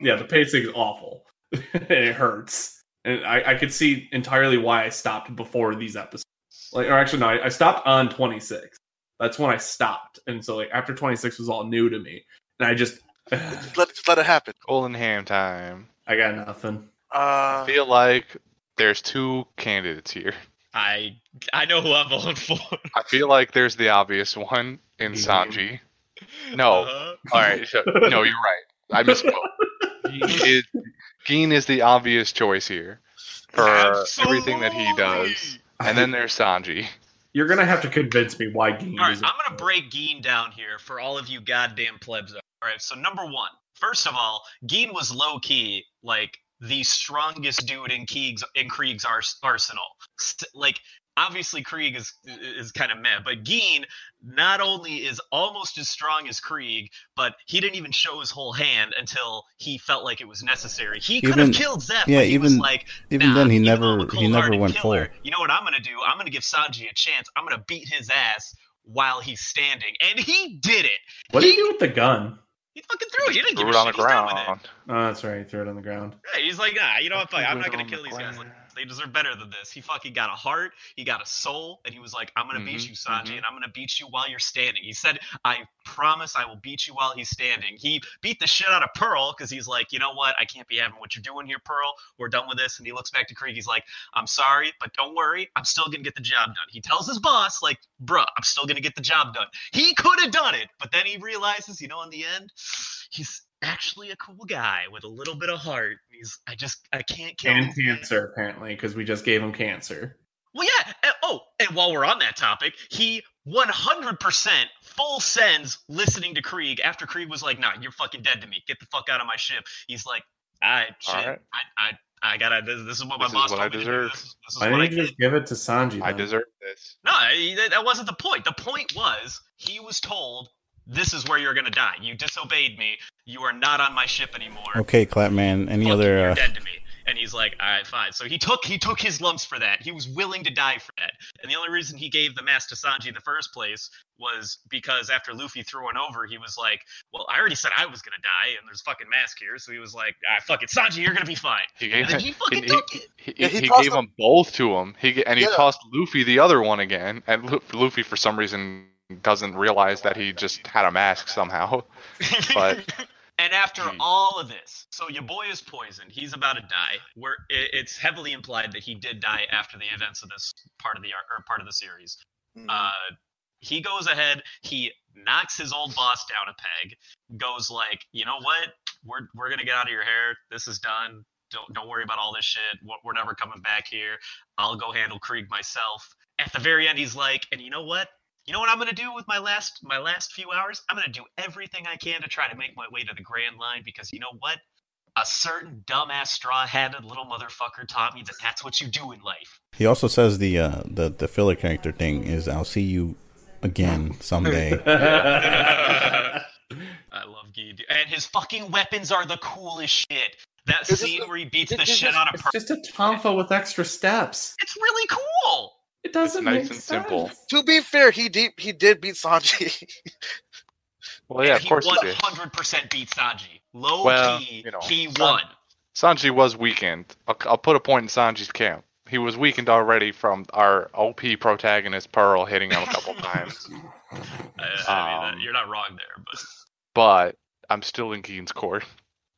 yeah. The pacing is awful. it hurts, and I, I could see entirely why I stopped before these episodes. Like, or actually, no, I, I stopped on twenty six. That's when I stopped, and so like after twenty six was all new to me, and I just I
Let just let it happen.
Colin Ham time.
got nothing.
Uh,
I feel like there's two candidates here.
I I know who I'm voting for.
I feel like there's the obvious one in
Mhm.
Sanji. No,
Uh-huh.
all right. so- no, you're right. I misspoke. Gene is, Gene is the obvious choice here for everything that he does.
Absolutely.
And then there's Sanji.
You're gonna have to convince me why Game
All right,
is.
I'm gonna break Gene down here for all of you goddamn plebs. out there. All right, so number one, first of all, Gene was low key like the strongest dude in Krieg's in Krieg's ars- arsenal. St- like obviously Krieg is is kind of meh, but Gene not only is almost as strong as Krieg, but he didn't even show his whole hand until he felt like it was necessary. He could
Even-
have killed Zeph,
yeah,
but he was
even-
like,
Even
Nah,
then, he
even though I'm
never
a
he never
cold-hearted
went full.
killer, You know what I'm gonna do? I'm gonna give Sanji a chance. I'm gonna beat his ass while he's standing, and he did it.
What do you do with the gun?
He fucking threw it. He didn't give
Threw
a
it
shit.
on the
He's done with it.
ground.
Oh, that's right. Throw it on the ground.
Yeah, he's like, nah, you know what? Fuck,
Threw
I'm
it
not gonna
on
kill
the
these guys. Like,
ground.
they deserve better than this. He fucking got a heart. He got a soul, and he was like, I'm gonna beat
Mhm,
you, Sanji,
mhm.
and I'm gonna beat you while you're standing. He said, I promise I will beat you while he's standing. He beat the shit out of Pearl because he's like, you know what? I can't be having what you're doing here, Pearl. We're done with this. And he looks back to Krieg. He's like, I'm sorry, but don't worry. I'm still gonna get the job done. He tells his boss, like, bruh, I'm still gonna get the job done. He could have done it, but then he realizes, you know, in the end, he's actually a cool guy with a little bit of heart. He's, I just, I can't kill
And
him.
cancer apparently because we just gave him cancer.
Well, yeah. and- oh, and while we're on that topic, he 100% full sends listening to Krieg after Krieg was like, nah, you're fucking dead to me. Get the fuck out of my ship. He's like, all right, shit.
All right.
I, I, I gotta, this, this is what my
This is
boss
what
told
I
me to do.
deserve.
This is- this is
Why
what
didn't
I
you
did."
just give it to Sanji?
I
then?
deserve this.
No, I- that, that wasn't the point. The point was he was told this is where you're gonna die. You disobeyed me. You are not on my ship anymore.
Okay, Clapman. Any
Fuck you,
other
You're
uh,
dead to me. And he's like, all right, fine. So he took he took his lumps for that. He was willing to die for that. And the only reason he gave the mask to Sanji in the first place was because after Luffy threw one over, he was like, well, I already said I was gonna die, and there's fucking mask here. So he was like, ah, fuck it, Sanji, you're gonna be fine.
He
And
gave,
then he
he,
fucking
he-
took it.
he-
Yeah, he
he
tossed
gave
them-
them both to him. He g- and he
Yeah.
tossed Luffy the other one again. And Lu- Luffy, for some reason, doesn't realize that he just had a mask somehow. But-
and after
Hmm.
Jeez.
all of this, so your boy is poisoned. He's about to die. Where it, it's heavily implied that he did die after the events of this part of the ar- or part of the series.
hmm. Mm-hmm.
Uh, he goes ahead. He knocks his old boss down a peg. Goes like, you know what? We're we're gonna get out of your hair. This is done. Don't don't worry about all this shit. We're, we're never coming back here. I'll go handle Krieg myself. At the very end, he's like, and you know what? you know what I'm gonna do with my last my last few hours? I'm gonna do everything I can to try to make my way to the Grand Line because you know what? A certain dumbass straw-hatted little motherfucker taught me that that's what you do in life.
He also says the uh, the the filler character thing is I'll see you again someday.
I love Guy, dude. and his fucking weapons are the coolest shit. That
This is
scene
the-
where he beats the
It's
shit
just-
out of
It's
her.
just a Tomfa with extra steps.
It's really cool.
It doesn't
nice
make
and
sense.
simple.
To be fair, he deep he did beat Sanji.
Well, yeah,
And
of course he
he
did.
100% beat Sanji. Low
Well,
key,
you know,
he
Sanji-
won.
Sanji was weakened. I'll, I'll put a point in Sanji's camp. He was weakened already from our OP protagonist Pearl hitting him a couple times.
I, I mean,
Um,
that- you're not wrong there, but
But I'm still in Keen's court.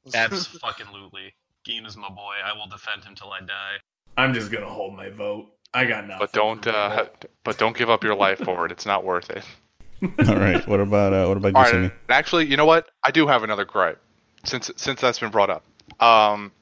Absolutely. Geen is my boy. I will defend him till I die.
I'm just gonna hold my vote. I got nothing.
But don't,
for my
uh,
vote.
but don't give up your life for it. It's not worth it.
All right. What about uh, what about
All
you,
right.
Simi?
and Actually, you know what? I do have another gripe since since that's been brought up. Um,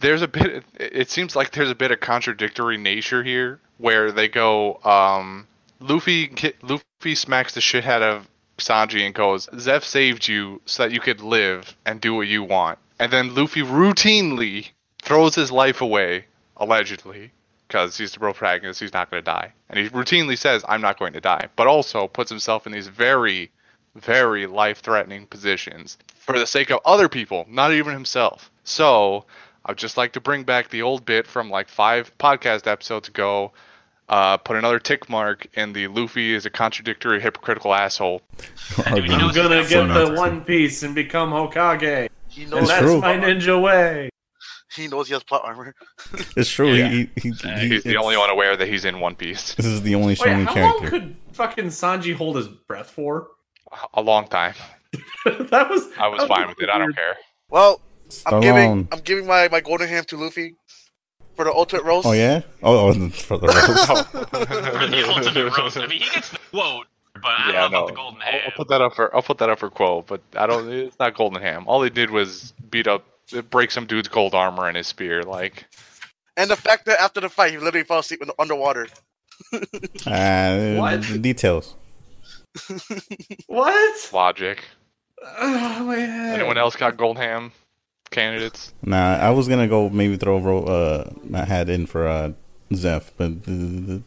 there's a bit. It seems like there's a bit of contradictory nature here, where they go, um, Luffy ki- Luffy smacks the shit out of Sanji and goes, "Zeph saved you so that you could live and do what you want," and then Luffy routinely throws his life away, allegedly. Because he's the protagonist, he's not going to die, and he routinely says, "I'm not going to die," but also puts himself in these very very life threatening positions for the sake of other people, not even himself. So I'd just like to bring back the old bit from like five podcast episodes ago. Uh, put another tick mark in the Luffy is a contradictory, hypocritical asshole.
Dude, you know
I'm
what's
gonna
gonna
get
happen?
the One Piece and become Hokage.
He
And
knows
that's
true.
my ninja way.
he knows he has plot armor.
It's true.
Yeah.
He, he, he, he-
Uh, He's the
it's-
only one aware that he's in One Piece.
This is the only
Wait,
shonen
how long
character.
could fucking Sanji hold his breath for?
A long time.
that was.
I was
that
fine with it. I don't
weird.
care.
Well, I'm giving
Stallone.
I'm giving my, my golden hand to Luffy for the ultimate roast.
Oh yeah. Oh, oh for the rest.
for the ultimate roast. I mean, he gets the quote, but I don't
Yeah,
know
no.
about the golden
I'll,
hand.
I'll put that up for I'll put that up for quote, but I don't. It's not Golden Ham. All they did was beat up, break some dude's gold armor and his spear. Like
And the fact that after the fight he literally fell asleep in the underwater.
Uh,
What?
the details.
What?
logic.
Oh, man.
Anyone else got gold ham candidates?
Nah, I was gonna go maybe throw ro- uh my hat in for uh Zeph, but uh,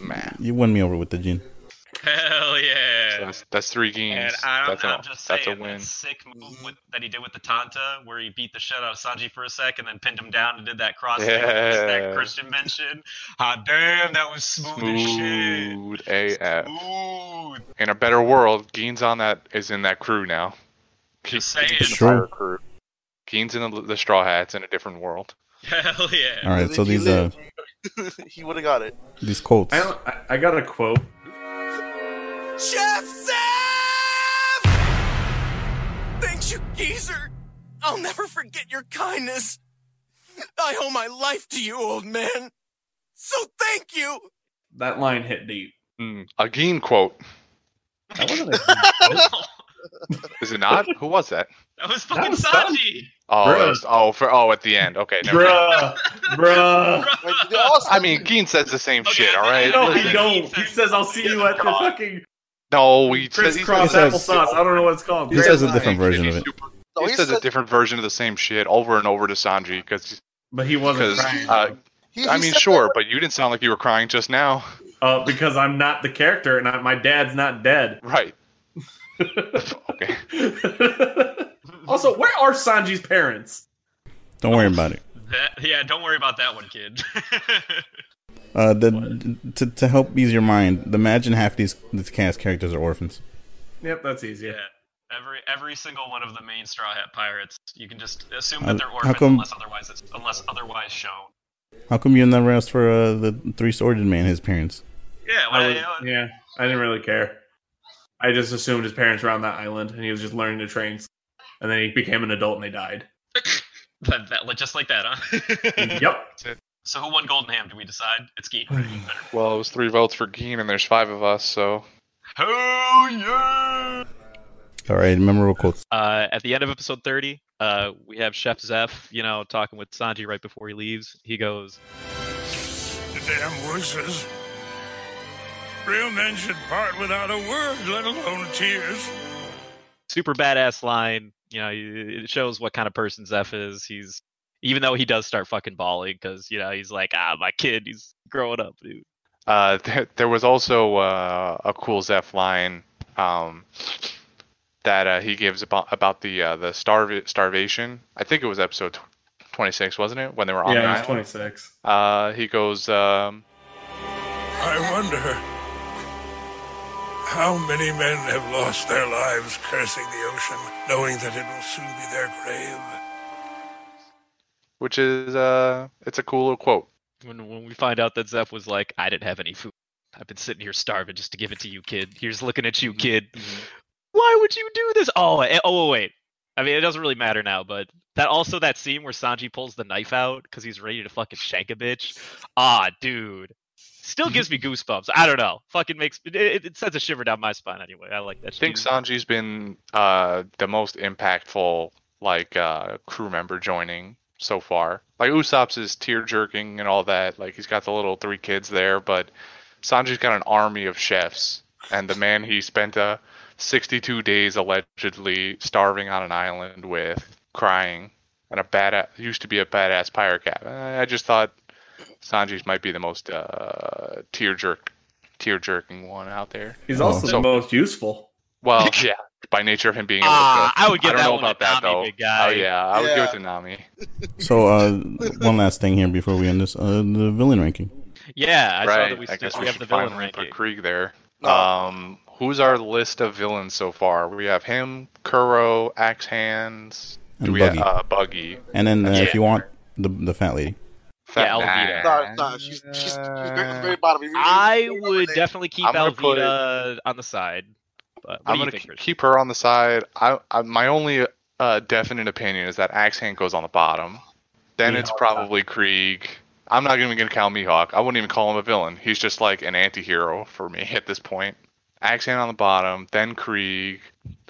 Man,
you won me over with the gin.
Hell yeah.
that's, that's three games.
And I don't
that's
know,
a,
I'm just
that's
saying,
a win.
that sick move with, that he did with the Tanta, where he beat the shit out of Sanji for a sec and then pinned him down and did that cross thing
Yeah.
that Christian mentioned. Ah, damn, that was smooth, as shit.
Smooth AF.
Ooh,
In a better world, Geen's on that is in that crew now.
Just
He's
saying.
in the
Sure.
pirate crew. Geen's in the, the Straw Hats in a different world.
hell yeah.
All right, so
If he
these uh
lived, he would have got it.
these quotes.
I, don't, I, I got a quote.
Chef Zeph! Thanks, you geezer. I'll never forget your kindness. I owe my life to you, old man. So thank you.
That line hit deep.
Hmm. A Geen quote.
That wasn't a
Is it not? Who was that?
that was fucking
was fun.
Sanji.
Oh,
Bruh.
that was- oh, for oh, at the end. Okay, never mind.
bruh, bruh.
Like, they all-
I mean, Geen says the same
Okay,
shit.
I
All right.
think-
No,
Listen.
he don't. He says, "I'll see you at the
"Oh,
fucking
No, we he says- he
crisscross
says-
applesauce." I don't know what it's called.
He says a
Grand
different
line.
version of it.
no,
he
he
says a
said-
different version of the same shit over and over to Sanji because
but he wasn't
because
crying.
uh,
he- he
I mean
said
sure, but you didn't sound like you were crying just now,
Uh, because I'm not the character, and I, my dad's not dead.
right? okay,
also, where are Sanji's parents?
Don't worry about it.
That- yeah, don't worry about that one, kid.
Uh, the to, to help ease your mind, imagine half these this cast characters are orphans.
Yep, that's easier.
yeah. Every every single one of the main Straw Hat Pirates, you can just assume
Uh,
that they're
how
orphans
come-
unless otherwise it's, unless otherwise shown.
How come you never asked for uh, the three sworded man his parents?
Yeah,
I
well,
was-
you know,
yeah, I didn't really care. I just assumed his parents were on that island, and he was just learning to train. And then he became an adult, and they died.
that, that, just like that, huh?
yep.
So who won Golden Ham? Do we decide? It's Geet.
Well, it was three votes for Keen, and there's five of us, so
Hell yeah!
All right, memorable quotes.
Uh, at the end of episode 30, uh, we have Chef Zeph, you know, talking with Sanji right before he leaves. He goes,
The damn voices. Real men should part without a word, let alone tears.
super badass line. You know, y- it shows what kind of person Zeph is. He's, even though he does start fucking bawling because, you know, he's like, ah, my kid, he's growing up, dude.
Uh, there, there was also uh, a cool Zeph line um, that uh, he gives about about the uh, the starv- starvation. I think it was episode tw- 26, wasn't it? When they were on
Yeah,
the
he's
island.
26.
Uh, he goes, um,
I wonder how many men have lost their lives cursing the ocean, knowing that it will soon be their grave.
which is uh, it's a cool little quote.
When, when we find out that Zeph was like, I didn't have any food. I've been sitting here starving just to give it to you, kid. Here's looking at
Mm-hmm.
you, kid. Why would you do this? Oh, eh, oh, wait. I mean, it doesn't really matter now, but that also that scene where Sanji pulls the knife out because he's ready to fucking shank a bitch. Ah, dude, still gives
Mm-hmm.
me goosebumps. I don't know. Fucking makes it, it, it sends a shiver down my spine anyway. I like that.
I think
dude.
Sanji's been uh, the most impactful like uh, crew member joining so far. Like Usopp's is tear jerking and all that. Like he's got the little three kids there, but Sanji's got an army of chefs, and the man he spent uh, 62 days allegedly starving on an island with, crying, and a badass used to be a badass pirate captain. I I just thought Sanji's might be the most uh, tear jerk, tear jerking one out there.
He's
Oh.
also
So-
the most useful.
Well, yeah, by nature of him being able
Ah,
to.
I would give
don't
that
know
one
about
to
that
Nami,
though.
big guy.
Oh yeah, I would give it
Yeah.
to Nami.
So, uh, one last thing here before we end this: uh, the villain ranking.
Yeah, I saw
right.
that we, still,
I guess
we,
we,
have
should
the villain
finally
ranking.
put Krieg there.
Oh.
Um, who's our list of villains so far? We have him, Kuro, Axe Hands. do
And
we
Buggy.
Have, uh, Buggy.
And then, uh, if
Yeah.
you want the the fat lady,
Yeah, I'll do that.
Nah, nah, she's, she's, she's very, very bottom. You really-
I
you
would
really-
definitely keep
I'm gonna put-
Alvita on the side. But what
I'm
do you
gonna
think,
keep-
Chris?
keep her on the side. I, I my only uh, definite opinion is that Axe Hand goes on the bottom. Then it's probably Krieg. I'm not even gonna count Mihawk. I wouldn't even call him a villain. He's just like an anti-hero for me at this point. Axe Hand on the bottom, then Krieg,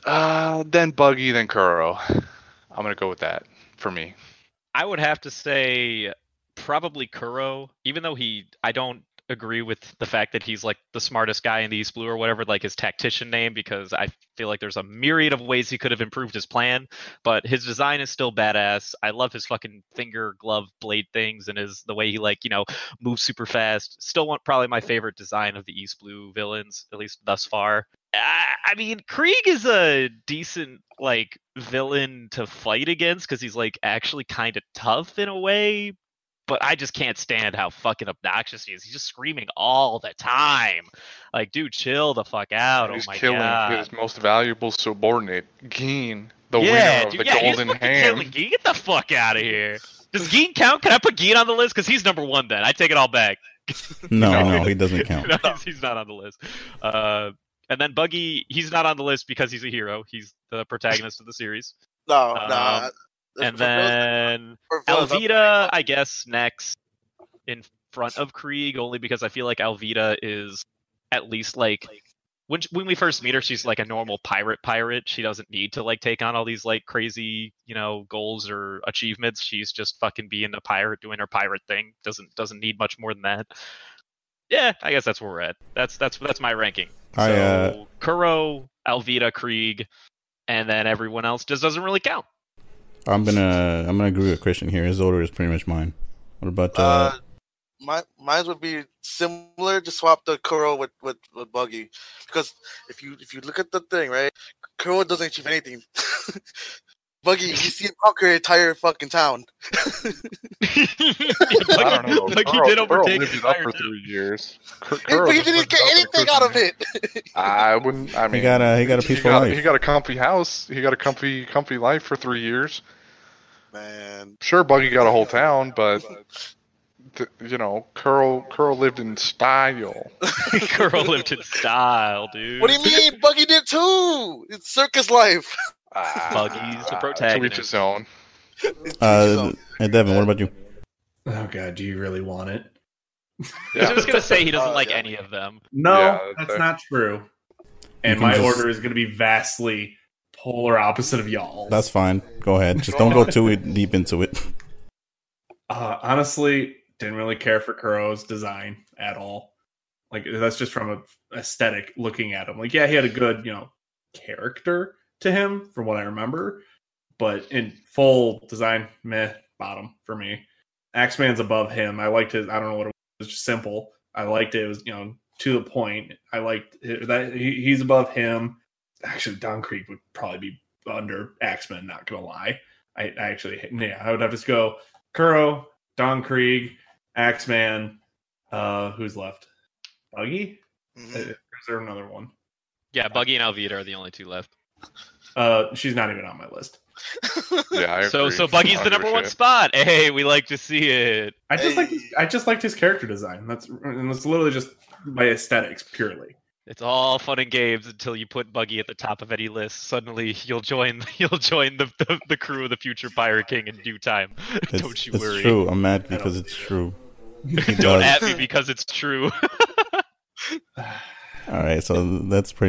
uh, then Buggy, then Kuro. I'm gonna go with that for me.
I would have to say probably Kuro, even though he I don't agree with the fact that he's like the smartest guy in the East Blue or whatever, like his tactician name, because I feel like there's a myriad of ways he could have improved his plan. But his design is still badass. I love his fucking finger glove blade things and his the way he like, you know, moves super fast. Still one probably my favorite design of the East Blue villains, at least thus far. I I mean, Krieg is a decent like villain to fight against because he's like actually kind of tough in a way. But I just can't stand how fucking obnoxious he is. He's just screaming all the time. Like, dude, chill the fuck out.
He's
oh my
killing
god.
his most valuable subordinate, Geen, the
yeah,
winner of
dude,
the
yeah, he's
Golden
fucking
Hand.
killing Gein. Get the fuck out of here. Does Geen count? Can I put Geen on the list? Because he's number one then. I take it all back.
no,
No.
no, he doesn't count.
No, he's- he's not on the list. Uh, and then Buggy, he's not on the list because he's a hero. He's the protagonist of the series.
No,
Um,
no.
And then
For villains, I'm-
Alvita, I guess, next in front of Krieg, only because I feel like Alvita is at least like when when we first meet her, she's like a normal pirate pirate. She doesn't need to like take on all these like crazy you know goals or achievements. She's just fucking being a pirate, doing her pirate thing. Doesn't doesn't need much more than that. Yeah, I guess that's where we're at. That's that's that's my ranking.
I, uh,
so Kuro, Alvita, Krieg, and then everyone else just doesn't really count.
I'm gonna I'm gonna agree with Christian here. His order is pretty much mine. What about uh,
Uh, my mine would be similar. Just swap the Kuro with, with, with Buggy, because if you if you look at the thing, right, Kuro doesn't achieve anything. Buggy, you see him conquer an entire fucking town.
I don't know.
Like he
Kuro-
did
Kuro
overtake
lived
the
it up
entire
for
town.
three years.
Hey,
Kuro
but he
just
didn't
lived
get
up for
anything
three
out of
years.
it.
I wouldn't. I mean,
He got a he got a peaceful
got,
life.
He got a comfy house. He got a comfy, comfy life for three years.
Man,
Sure, Buggy got a whole town, but th- you know, Curl Curl lived in style.
Girl lived in style, dude.
what do you mean? Buggy did too. It's circus life.
Ah,
Buggy's the
To each
protagonist.
his own.
Uh, hey Devin, what about you?
Oh god, do you really want it?
I was gonna say he doesn't
Uh,
like
yeah.
any of them.
No,
Yeah,
that's
that-
not true. And
You can
my
just-
order is going to be vastly polar opposite of y'all's.
That's fine. Go ahead. Just don't go too deep into it.
uh, honestly didn't really care for Kuro's design at all. Like that's just from a aesthetic looking at him. Like yeah, he had a good you know character to him from what I remember, but in full design, meh, bottom for me. Axeman's above him. I liked his. I don't know what it was. It was just simple. I liked it. It was you know to the point. I liked it, that he, he's above him. Actually, Don Creek would probably be under Axeman. Not gonna lie. I, I actually yeah, I would have to go Kuro, Don Krieg, Axeman. Uh, who's left? Buggy? Uh,
Mhm.
Is there another one?
Yeah, Buggy and Alvita are the only two left.
Uh, she's not even on my list.
Yeah, I
So
agree.
so Buggy's
I
the
don't give
number
a
one
shit.
spot. Hey, we like to see it.
I just like
Hey.
I just liked his character design. That's and it's literally just by aesthetics purely.
It's all fun and games until you put Buggy at the top of any list. Suddenly you'll join you'll join the, the, the crew of the future Pirate King in due time.
It's,
Don't you
it's
worry.
true. I'm mad because it's true. He
Don't at
does.
me because it's true.
All right, so that's pretty.